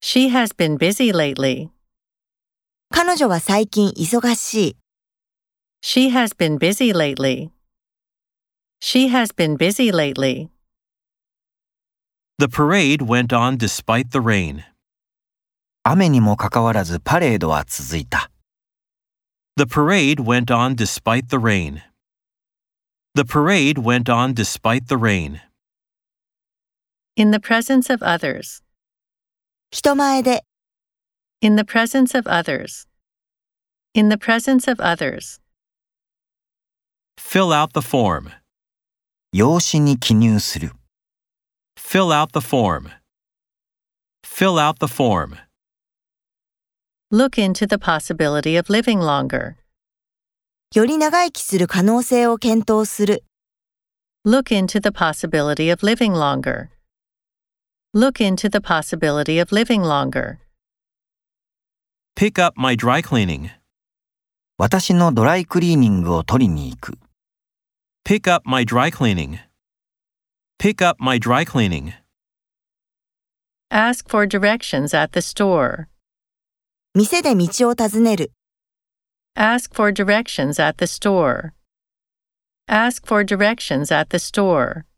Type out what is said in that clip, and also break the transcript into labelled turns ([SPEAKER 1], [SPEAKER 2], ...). [SPEAKER 1] She has been busy lately.
[SPEAKER 2] 彼女は最近忙しい。
[SPEAKER 1] She has been busy lately. She has been busy lately.
[SPEAKER 3] The parade went on despite the rain.
[SPEAKER 4] 雨にもかかわらずパレードは続いた。
[SPEAKER 3] The parade went on despite the rain. The parade went on despite the rain.
[SPEAKER 1] In the presence of others.
[SPEAKER 2] 人前で、
[SPEAKER 1] In the presence of others. In the presence of others.
[SPEAKER 3] Fill out the form.
[SPEAKER 4] 用紙に記入する。
[SPEAKER 3] Fill out the form. Fill out the form.
[SPEAKER 1] Look into the possibility of living longer.
[SPEAKER 2] より長生きする可能性を検討する。
[SPEAKER 1] Look into the possibility of living longer. Look into the possibility of living longer.
[SPEAKER 3] Pick up my dry cleaning.
[SPEAKER 4] 私のドライクリーニングを取りに行く。
[SPEAKER 3] Pick up my dry cleaning. Pick up my dry cleaning.
[SPEAKER 1] Ask for directions at the store.
[SPEAKER 2] 店で道を尋ねる。
[SPEAKER 1] Ask for directions at the store. Ask for directions at the store.